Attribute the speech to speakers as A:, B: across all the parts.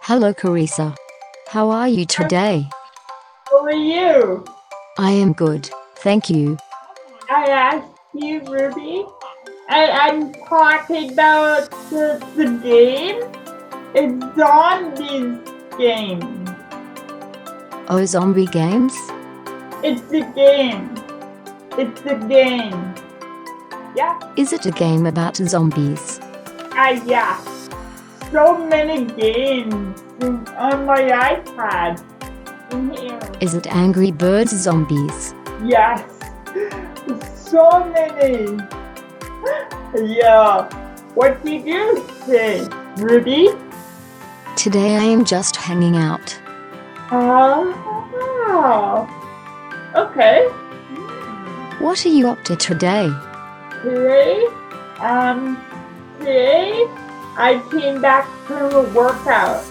A: Hello, Carissa. How are you today?
B: How are you?
A: I am good, thank you.
B: I asked you, Ruby, and I'm talking about the, the game. It's zombies game.
A: Oh, zombie games?
B: It's a game. It's a game. Yeah,
A: Is it a game about zombies?
B: I yeah. So many games in- on my iPad. In here.
A: Is it Angry Birds Zombies?
B: Yes. So many. Yeah. What did you say, Ruby?
A: Today I am just hanging out.
B: Oh. Ah. Okay.
A: What are you up to today?
B: Today, um, today I came back from a workout.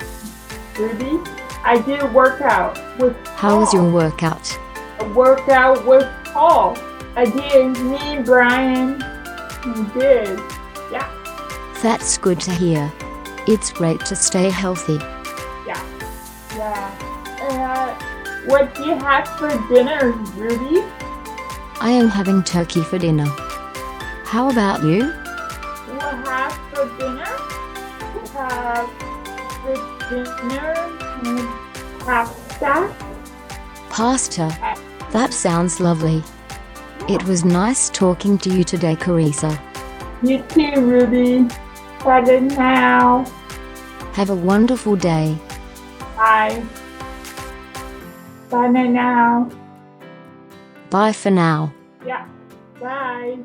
B: Ruby, I did a workout with.
A: How was
B: Paul.
A: your workout?
B: A workout with Paul. I did. Me and Brian. We did. Yeah.
A: That's good to hear. It's great to stay healthy.
B: Yeah. Yeah. Uh, what do you have for dinner, Ruby?
A: I am having turkey for dinner. How about you?
B: We'll have for dinner. We'll have for dinner and pasta.
A: Pasta. That sounds lovely. It was nice talking to you today, Carissa.
B: You too, Ruby. Bye then now.
A: Have a wonderful day.
B: Bye. Bye then now.
A: Bye for now.
B: Yeah. Bye.